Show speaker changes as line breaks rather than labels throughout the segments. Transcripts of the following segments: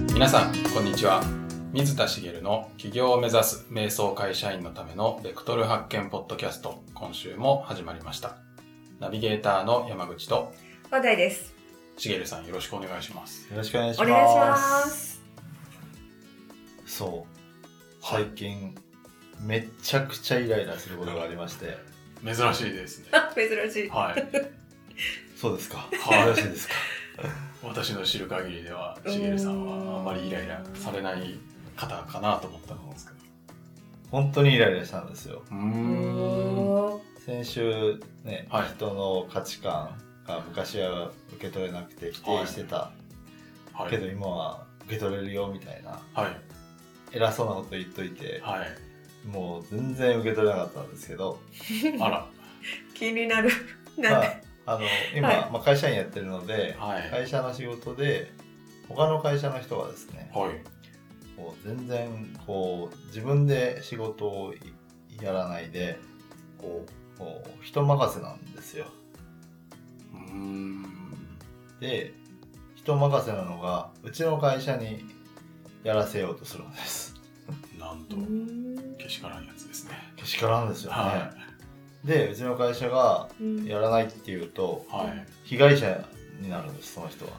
んにちは水田茂の起業を目指す瞑想会社員のためのベクトル発見ポッドキャスト今週も始まりましたナビゲーターの山口と
話題です。
茂さんよろしくお願いします
よろしくお願いし
お
ます。
願いします。
そう。最近、めちゃくちゃイライラすることがありまして。
珍しいですね
珍しい。
はい
そうですか。
はい
よろしいですか。
私の知る限りでは茂さんはあんまりイライラされない方かなと思ったんですけど
本当にイライラしたんですよ。
うー
うん
先週、ね、
はい
人の価値観が昔は受け取れなくて否定してた、
は
け
い
ど今は受け取れるよみたいな、
はい
偉そうなこと言っといて、
はい
もう全然受け取れなかったんですけど、
あら
気になる。なん
ま
で、
あ、あの、今、
はい
まあ、会社員やってるので、
はいはい
会社の仕事で、他の会社の人がですね、こう全然こう自分で仕事をやらないで
こ
こう人任せなんですよ
ううーん
で人任せなのがうちの会社にやらせようとするんです
なんとけしからんやつですね
けしからんですよね、
は
でうちの会社がやらないっていうと
いはい
被害者になるんですその人は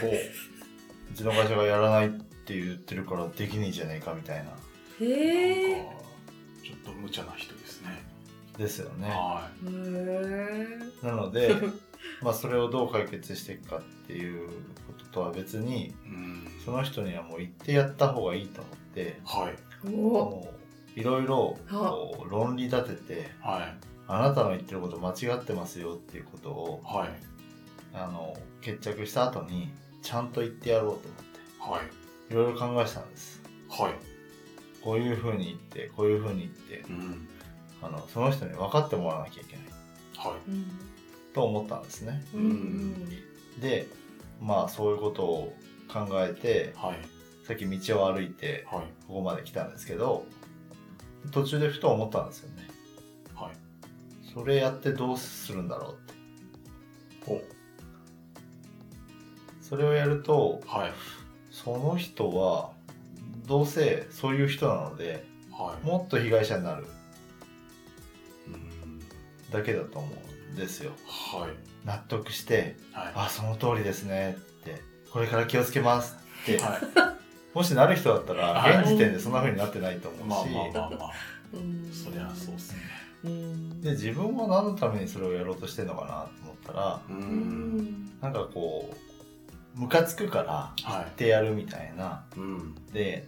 ほう
うちの会社がやらないって言ってるからできねえじゃねえかみたいな
へえ。
なんかちょっと無茶な人ですね。
ですよね
は
へー
なのでまあそれをどう解決していくかっていうこととは別に
い。うん。
その人にはもう言ってやった方がいいと思って
はい。
お
もういろいろ
は
こう論理立てて
はい。
あなたの言ってること間違ってますよっていうことを
はい。
あの決着した後にちゃんと言ってやろうと思っ
はい。
ていろいろ考えてたんです
はい。
こういうふうに言ってこういうふうに言って
うん。
あのその人に分かってもらわなきゃいけない
は
うん
と思ったんですね
う
うんん
でまあそういうことを考えて
い。はい。
さっき道を歩いて
はい。
ここまで来たんですけど途中でふと思ったんですよね
はい。
それやってどうするんだろうって
ほう。
それをやると
はい。
その人はどうせそういう人なので
はい。
もっと被害者になる
うん。
だけだと思うんですよ
はい。
納得して「
は
あその通りですね」って「これから気をつけます」っ
い。
て
は
もしなる人だった
はい
ら現時点でそんな風になってないと
い。ま
思
あ
うし
まあまあまあ。
うん
そりゃそうっすね。
うん
で自分は何のためにそれをやろうとしてるのかなと思ったら
う。
うんん
なんかこうムカつくから
は。
ってやるみたいない
うん。
で、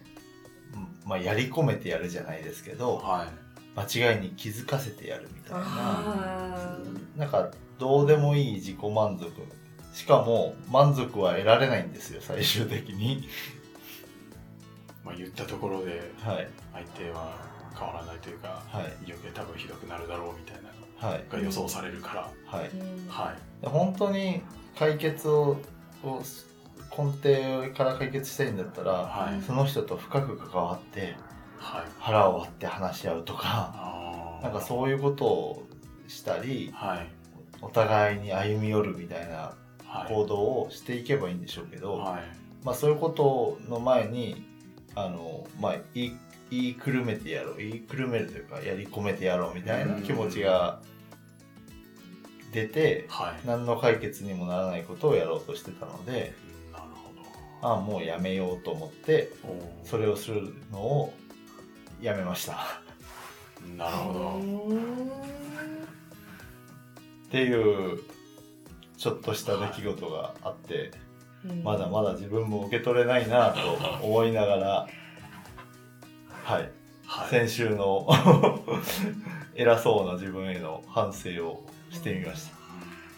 うんまあ、やり込めてやるじゃないですけど、
は
間違いに気づかせてやるみたいな
あ
なんかどうでもいい自己満足しかも満足は得られないんですよ最終的に
い。まあ言ったところで
はい
相手は変わらないというか、
はい
余計多分ひどくなるだろうみたいなの
はい
が予想されるから。
はい
うん
はい。
で本当に解決をを根底から解決したいんだったら
はい。
その人と深く関わって
はい。
腹を割って話し合うとか
ああ。
なんかそういうことをした
う
り
はい。
お互いに歩み寄るみたいな
はい。
行動をしていけばいいんでしょうけど、
はい。
まあ、そういうことの前にあの、まあ、言い言いくるめてやろう言いくるめるというかやり込めてやろうみたいな気持ちが出て
はい。
何の解決にもならないことをやろうとしてたので
なる
ああもうやめようと思って
ほど。お
それをするのをやめました
ーなるほど。
うん
っていうちょっとした出来事があって
うん
まだまだ自分も受け取れないなと思いながらはい
はい。
先週の 偉そうな自分への反省をしてみました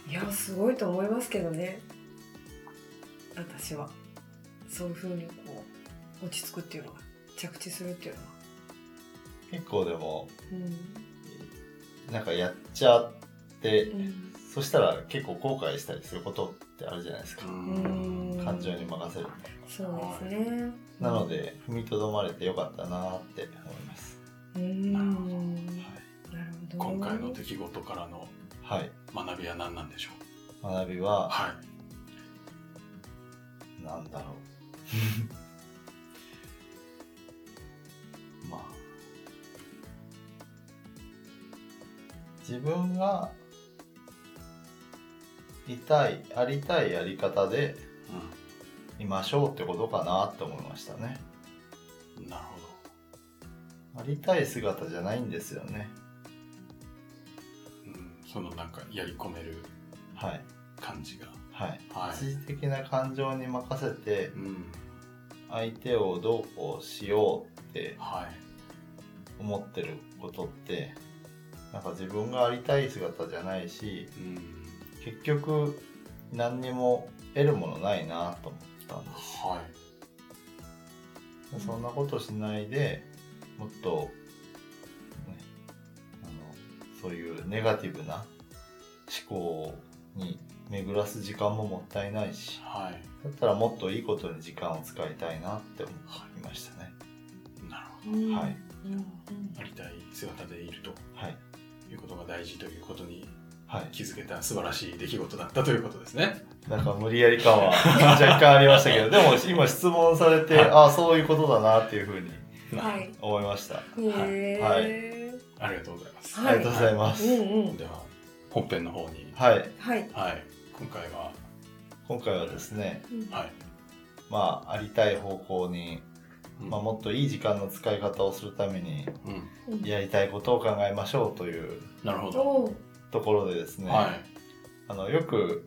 いやすごいと思いますけどね私はそういうふうにこう落ち着くっていうのが着地するっていうのは、
結構でも
うん
なんかやっちゃって
うん、
そしたら結構後悔したりすることってあるじゃないですか
う、ん
うん
感情に任せる
そうですね
なので踏みとどまれてよかったなって思います
うん
な
な
る
る
ほ
ほ
ど
ど,、
今回の出来事からの
はい
学びは何なんでしょう
学びは
はい。
何だろ 自分がいたいありたいやり方でいましょうってことかなって思いましたね
うん、なるほど
ありたい姿じゃないんですよね
うん、そのなんかやり込める
はい
感じが。
はい
はい。
一時的な感情に任せて
うん。
相手をどうこうしようって
はい。
思ってることってなんか自分がありたい姿じゃないし
うん。
結局何にも得るものないなと思ったんです
は
うん
そんなことしないでもっと、ね、あのそういうネガティブな思考に巡らす時間ももったいない
い。
し
はい。
だったらもっといいことに時間を使いたいなって思いましたね。
なるほ
うん
はい、
うんうん
ど。ありたい姿でいると
はい、
いうことが大事ということに
はい、
気づけた素晴らしい出来事だったということですね。
なんか無理やり感は若干ありましたけどでも今質問されて
はい
ああそういうことだなっていうふうに
はい
思いました。
へ
はい
え
ありがとうございます。
はい
ありがとうございます。
うんうん
では、本編の方に。
はい、
はい
はい。今回は、
今回はですね、
うん
はい。
まあありたい方向に
うん
まあ、もっといい時間の使い方をするために
うん。
うん
やりたいことを考えましょうという
なるほど。
おう
ところでですね、
はい。
あのよく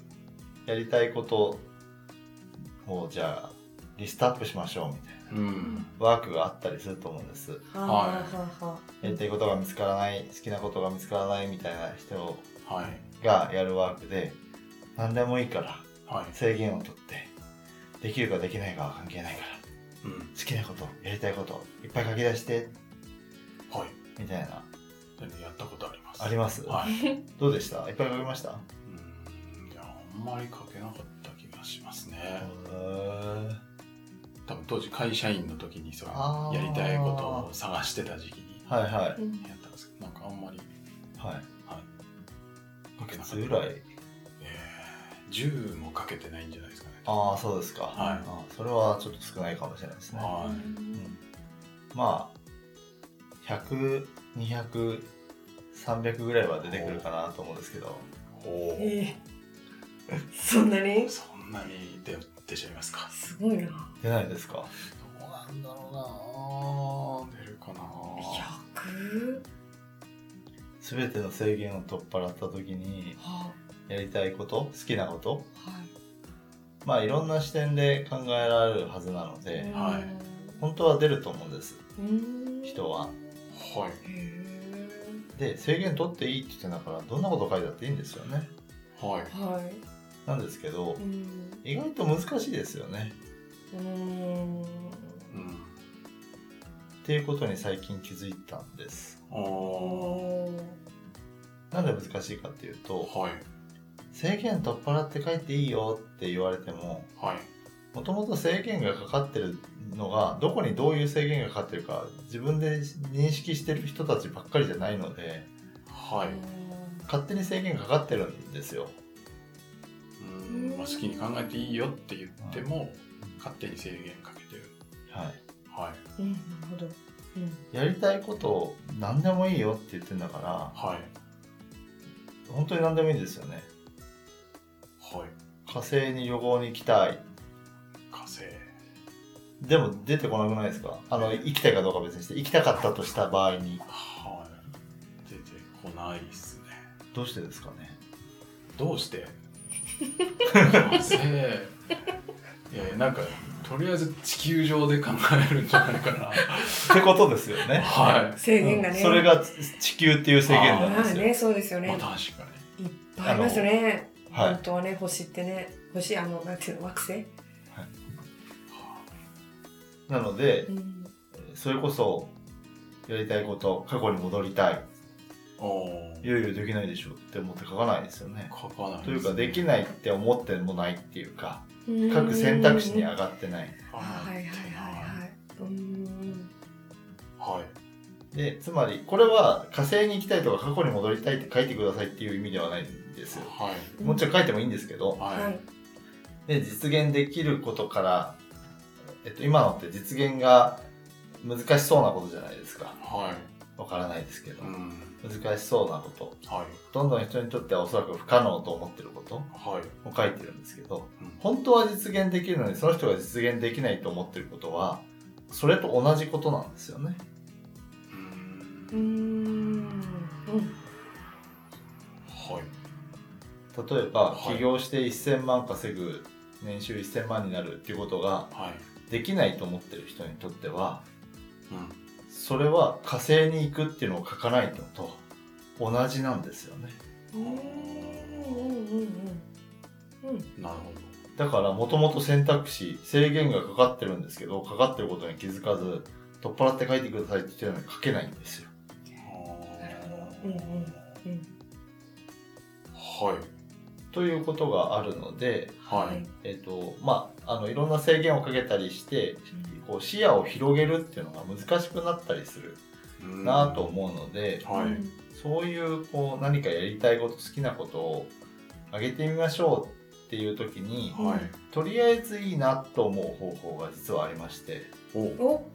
やりたいことをじゃあリストアップしましょうみたい
う
な
ん。
ワークがあったりすると思うんです
はあはあはあ
やりたいことが見つからない好きなことが見つからないみたいな人
はい。
がやるワークで何でもいいから
はい。
制限を取ってできるかできないかは関係ないから
うん。
好きなことやりたいこといっぱい書き出して
はい。
みたいな
全部やったことあります。
あります、
はい。
どうでしたいっぱい書きました
うーんいやあんまり書けなかった気がしますね、
へ
多分当時会社員の時にそう
あー
やりたいことを探してた時期に
ーはいは
うん
やったんですけどなんかあんまり
いはい
書け
い
なかった
つぐらい
えー、10も書けてないんじゃないですかね
ああそうですか、
はい
あーそれはちょっと少ないかもしれないですね、
は
うんまあ10020030ぐらいは出てくるかなと思うんですけど
いほう
えーそんなに
そんなに出出ちゃいますか
すごいな
出ないですか
どうなんだろうな出るかな
100
全ての制限を取っ払った時に
は
やりたいこと好きなこと
あはい
まあいろんな視点で考えられるはずなので
はい
本当は出ると思うんです
うん
人は
はい
へえ
で制限取っていいって言ってんだからどんなこと書いてあっていいんですよね
はい
は
なんですけど
いうん
意外と難しいですよね
うん
うん
っていうことに最近気づいたんです
おー
おー
なんで難しいかっていうと
はい
制限取っ払って書いていいよって言われても
はい
もともと制限がかかってるのがどこにどういう制限がかかってるか自分で認識してる人たちばっかりじゃないので
はい、
うん
勝手に制限かかってるんですよ
うんまあ、好きに考えていいよって言っても、勝手に制限かけてる
はい
はい
うんなるほどうん
やりたいことを何でもいいよって言ってんだから
はい
本当に何でもいいんですよね
はい
火星に旅行に行きたい
火星
でも出てこなくないですかあの行きたいかどうかは別にして行きたかったとした場合に
はい出てこないっすね
どうしてですかね
どうして 火星いやいやなんかとりあえず地球上で考えるんじゃないかな
ってことですよね
は
制限がね
うんそれが地球っていう制限
あ
なん
ま
で
あ
すよ、
ねそうですよ
い
ね
まあ確か
いっぱいありますよね
あのはい
本当はね星ってね星あのなんていうの惑星
には
なので
うん
それこそやりたいこと過去に戻りたい
あおー
いよいよできないでしょって思って書かないですよね
書かない
というかでき
い
ないって思ってもないっていうか
うん
各選択肢に上がってない
はいはいはいはいうん
はい
でつまりこれは火星に行きたいとか過去に戻りたいって書いてくださいっていう意味ではないんですよ
はい
もちろん書いてもいいんですけど
はい
はい
で実現できることから、えっと、今のって実現が難しそうなことじゃないですか
はい
わからないですけど、
うん
難しそうなこと
はい
どんどん人にとってはおそらく不可能と思ってること
はい、
を書いてるんですけど
うん
本当は実現できるのにその人が実現できないと思ってることはそれと同じことなんですよね
うーんうん
はい
例えば
はい
起業して1000万稼ぐ年収1000万になるっていうことが
はい、
できないと思ってる人にとっては
うん、
それは火星に行くっていうのを書かないのと同じなんですよね
うんうんうんうん
なるほど
だからもともと選択肢制限がかかってるんですけどかかってることに気づかず取っ払って書いてくださいって言ってるのに書けないんですよ
なるほどうんうん
はい
ということがあるので
はい、
えっ、とまああのいろんな制限をかけたりしてこう視野を広げるっていうのが難しくなったりする
うん
なと思うので、
はい、
うん
そういうこう何かやりたいこと好きなことを上げてみましょうっていう時に
うん
はい
とりあえずいいなと思う方法が実はありまして
お
お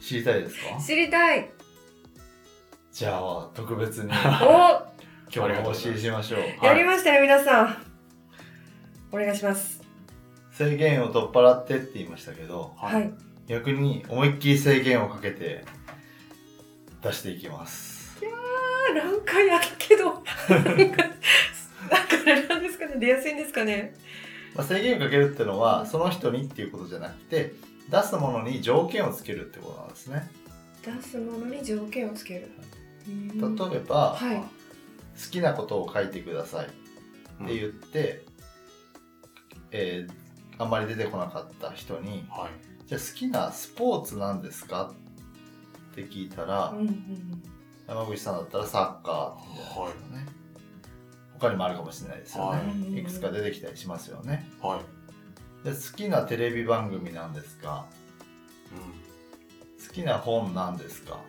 知りたい ですか
知りたい
じゃあ特 別に
お
今日もお教えしましょう
はい
やりましたよ皆さんお願いします
制限を取っ払ってって言いましたけど
は
はいい
逆に思いっきり制限をかけて出していきます
あなんかやだけどなんかあれなんですかね出やすいんですかね
まあ、制限をかけるってのはその人にっていうことじゃなくて出すものに条件をつけるってことなんですね
出すものに条件をつける
例
例
えば、
はい
好きなことを書いてくださいって言って、えーあんまり出てこなかった人に
はい
「じゃあ好きなスポーツなんですか?」って聞いたら、
うんうん
山口さんだったらサッカーみたいなことね、他にもあるかもしれないですよね、
はい
い、くつか出てきたりしますよね
はい、
で好きなテレビ番組なんですか
う
好きな本なんですか
んうん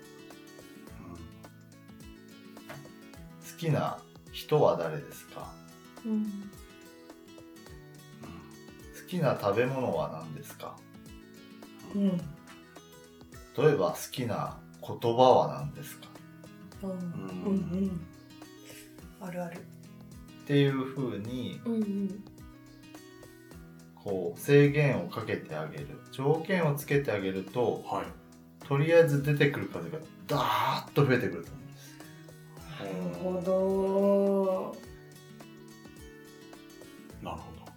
好きな人は誰ですか
うん
好きな食べ物は何ですか
うんうん
例えば好きな言葉は何ですか
うんうんうんあるある
っていうふうに
うんうん
こう制限をかけてあげる条件をつけてあげると
はい
とりあえず出てくる数がダーッと増えてくると思うんです
なるほど
なるほど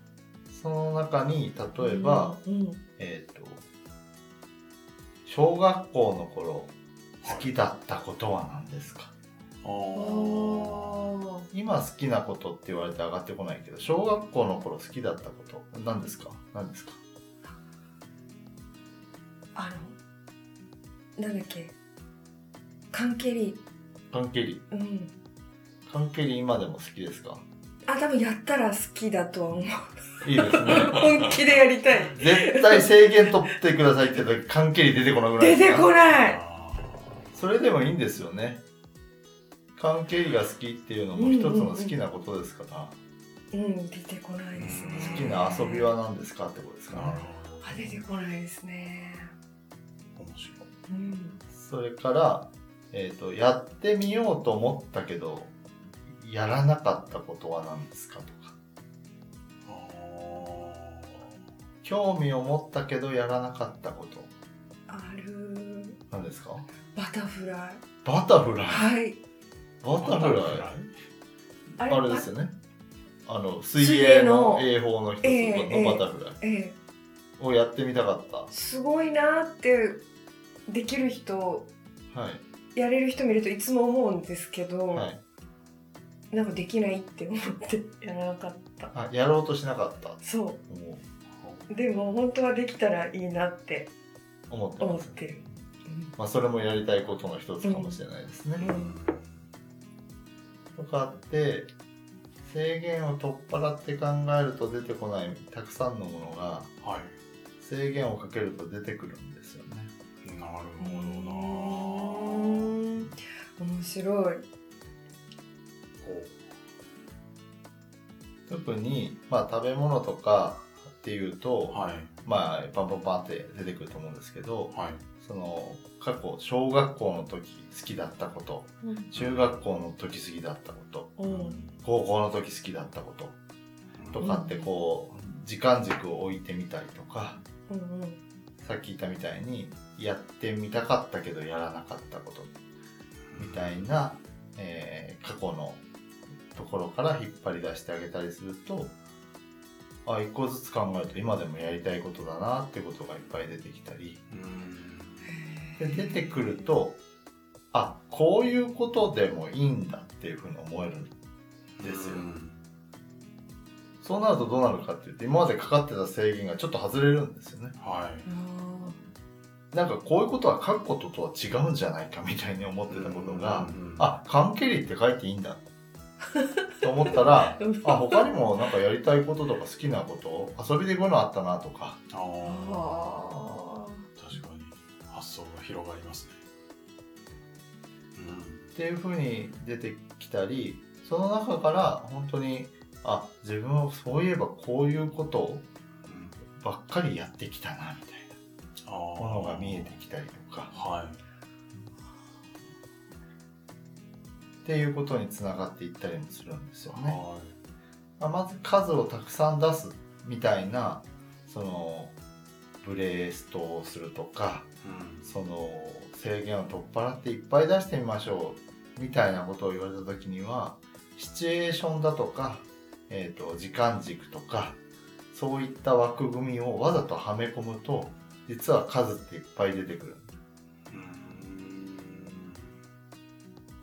その中に例えば、
うん
えっ、と小学校の頃好きだったことは何ですか、
あ
あ
今好きなことって言われて上がってこないけど小学校の頃好きだったこと何ですか何ですか
あのなんだっけ缶蹴り
缶蹴り
うん
缶蹴り今でも好きですか
あ多分やったら好きだとは 思う
いいですね
本気でやりたい
絶対制限取ってくださいって言ったら缶蹴り出てこなくな
出
いです
て
か
こない
あ
それでもいいんですよね缶蹴りが好きっていうのも一つの好きなことですから、
うん出てこないですね
好きな遊びは何ですかってことですかね
なるほ
あ出てこないですね
ど面白い
うん
それから、えー、とやってみようと思ったけどやらなかったことは何ですかとか
あ
興味を持ったけどやらなかったこと
ある
何ですか
バタフライ
バタフライ
はい
バタフライ
あ
あれですよねあの水
水
泳
泳
の
の
泳法の一つ
ええ
のバタフライ
ええ
をやってみたかった、
すごいなってできる人
はい
やれる人見るといつも思うんですけど、
はい、
なんかできないって思ってやらなかった
あやろうとしなかった
そ
思
うでも本当はできたらいいなって
う思って
思
ま
っ
す、
てる、
まあ、それもやりたいことの一つかもしれないですね、
うん
とかあって制限を取っ払って考えると出てこないたくさんのものが
は
制限をかけると出てくるんですよね。
いなる
う
ほどな
ーん面白
こ
い
特に、まあ、食べ物とかっていうと、
はい
まあバンバンバンって出てくると思うんですけど
はい
その過去小学校の時好きだったこと
うん
中学校の時好きだったこと
おー
高校の時好きだったこととかってこう時間軸を置いてみたりとか
うんうん
さっき言ったみたいにやってみたかったけどやらなかったことみたいな、えー過去のところから引っ張り出してあげたりするとあ一個ずつ考えると今でもやりたいことだなってことがいっぱい出てきたり
うん
で出てくるとあこういうことでもいいんだっていうふうに思えるですよ
うん
そうなるとどうなるかって言って今までかかってた制限がちょっと外れるんですよね
は
あ
なんかこういうことは書くこととは違うんじゃないかみたいに思っ
い
てたことが、
うん
あ関係理って書いていいんだと思ったら
ーうん
あ他にもなんかやりたいこととか好きなこと遊びでこういうのあったなとか
あー
あ
確かに発想が広がりますねうん
っていう風に出てきたりその中から本当にあ自分はそういえばこういうこと
うん
ばっかりやってきたなみたい
あ
な
ー
ものが見えてきたりとか
はい
っていうことにつながっていったりもするんですよね。
は
まあまず数をたくさん出すみたいなそのブレストをするとか
いうん
その制限を取っ払っていっぱい出してみましょうみたいなことを言われた時にはシチュエーションだとか、えー、と時間軸とかそういった枠組みをわざとはめ込むと実は数っていっぱい出てくる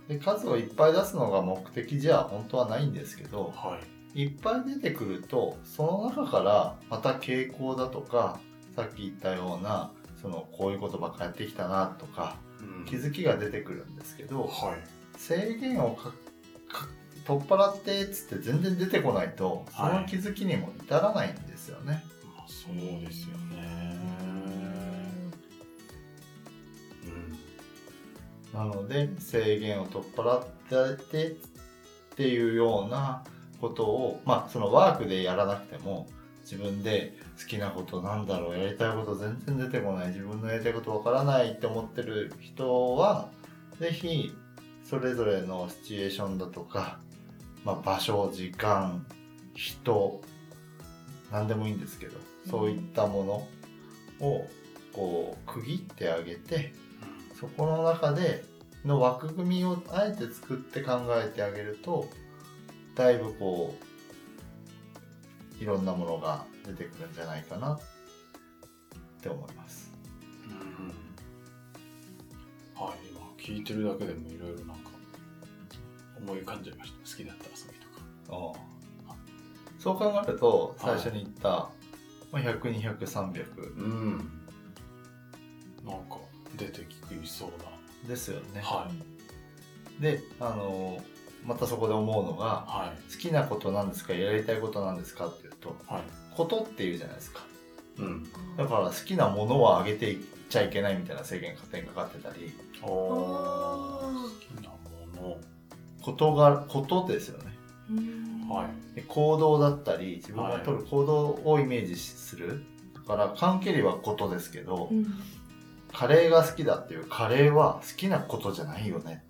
うん
で数をいっぱい出すのが目的じゃ本当はないんですけど
はい
いっぱい出てくるとその中からまた傾向だとかさっき言ったようなそのこういうことばっかやってきたなとか
うん
気づきが出てくるんですけど
はい
制限をかか取っ払ってっつって全然出てこないとそ
は
の
い
気づきにも至らないんですよね。
まあそうですよねうん
なので制限を取っ払ってっていうようなことをまあそのワークでやらなくても自分で好きなことなんだろうやりたいこと全然出てこない自分のやりたいことわからないって思ってる人は是非それぞれのシチュエーションだとか、まあ、場所時間人何でもいいんですけどそういったものをこう区切ってあげてそこの中での枠組みをあえて作って考えてあげるとだいぶこういろんなものが出てくるんじゃないかなって思います。
うんはい今聞いてるだけでもいろいろなんか思い浮かんじゃいました好きだった遊びとか
そう考えると最初に言った、まあ、10020030
うんなんか出てきそうな
ですよね。
はい
であのまたそこで思うのが
は
好きなことなんですかやりたいことなんですかっていうと
いはい
ことっていうじゃないですか。
うん
だから好きなものはあげていっちゃいけないみたいな制限が勝手にかかってたり
お
お
好
ー
きなも
ことがことですよね
のはい
で行動だったり自分が取る行動をイメージする、だから缶蹴りはことですけど、
うん
カレーが好きだっていうカレーは好きなことじゃないよね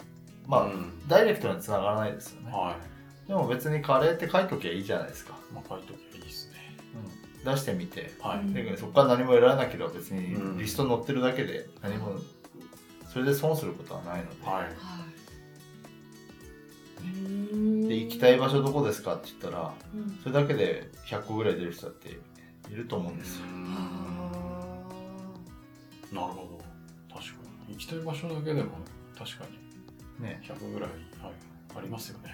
まあ、
うん
ダイレクトにつながらないですよね
は
でも別にカレーって書いときゃいいじゃないですか、
いまあ書いときゃいいですね
出してみて
はい、
うん
でそこから何もやらなければ別
う
に
ん
リストに載ってるだけで何もそれで損することはないので、
はい
はい
で行きたい場所どこですかって言ったら
うん
それだけで100個ぐらい出る人だっていると思うんですよ、
うん
あ
なるほど確かに行きたい場所だけでも確かに
ね、
100ぐらい、はい、ありますよね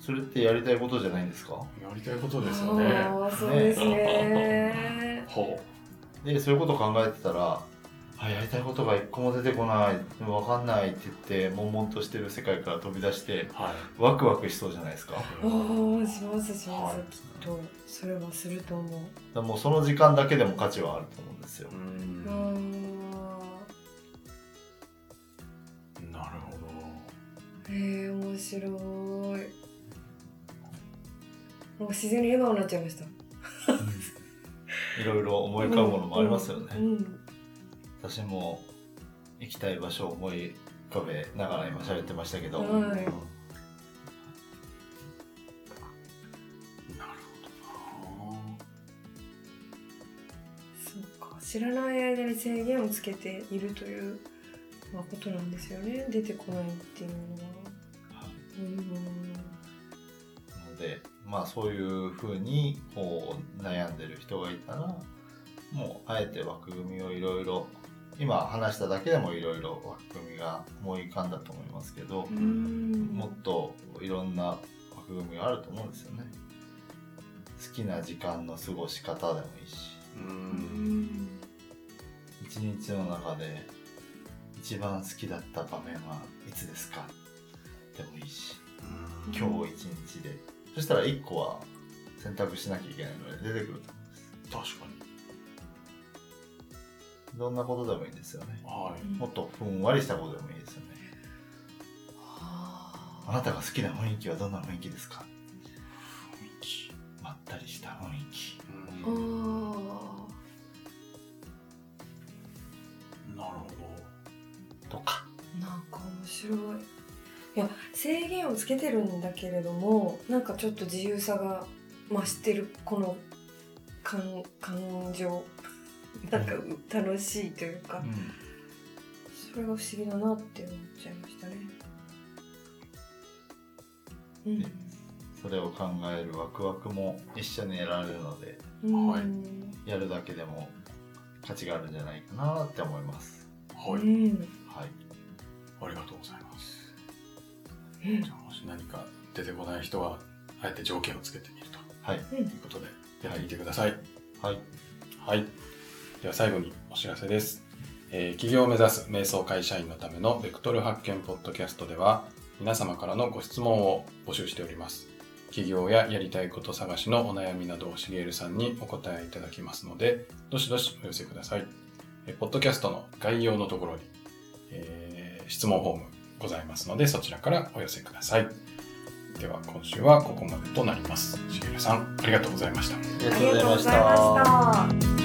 それってやりたいことじゃないんですか
やりたいこと
ー
ですよね
あーそうですね
ほ
でそういうこと考えてたらあやりたいことが一個も出てこない分かんないって言って悶々としてる世界から飛び出して
うはい
ワクワクしそうじゃないですかだか
あーしますします、
はい
きっとそれはすると思う
らもうその時間だけでも価値はあると思うんですよ
う、ん
あ
なるほど
ーへえ面白いもう自然に笑顔になっちゃいました
いろいろ思い浮かぶものもありますよね、
うんうん
私も行きたい場所を思い浮かべながら今喋ってましたけど、
うんはい
なるほどな
そうか知らない間に制限をつけているという、まあ、ことなんですよね出てこないっていうのは。うん
なのでまあそういうふうにこう悩んでる人がいたらもうあえて枠組みをいろいろ今話しただけでもいろいろ枠組みが思い浮かんだと思いますけど
う、ん
もっといろんな枠組みがあると思うんですよね好きな時間の過ごし方でもいいし
う
うんん
一日の中で一番好きだった場面はいつですかでもいいし
うん
今日一日で、そしたら1個は選択しなきゃいけないので出てくると思うんです
確かに
どんなことでもいいですよね
はい
もっとふんわりしたことでもいいですよねあなたが好きな雰囲気はどんな雰囲気ですか
雰囲気
まったりした雰囲気
あ
うん
ー
なるほ
とか
なんか面白い。いや制限をつけてるんだけれどもなんかちょっと自由さが増してるこの感感情なんかう楽しいというか、
う
それが不思議だなって思っちゃいましたね。うん
ねん、それを考えるワクワクも一緒に得られるので
うん
はい
やるだけでも価値があるんじゃないかなって思います
どは
う
い
ん
はい
ありがとうございます
うん
じゃあもし何か出てこない人はあえて条件をつけてみると
はい
うん
ということでやってみてください
はい
はい。では最後にお知らせです。えー企業を目指す瞑想会社員のためのベクトル発見ポッドキャストでは、皆様からのご質問を募集しております。企業ややりたいこと探しのお悩みなどをしげるさんにお答えいただきますので、どしどしお寄せください。えーポッドキャストの概要のところに、えー質問フォームございますので、そちらからお寄せください。では今週はここまでとなります。しげるさん、ありがとうございました。
あり
あ
が
りがとうございました。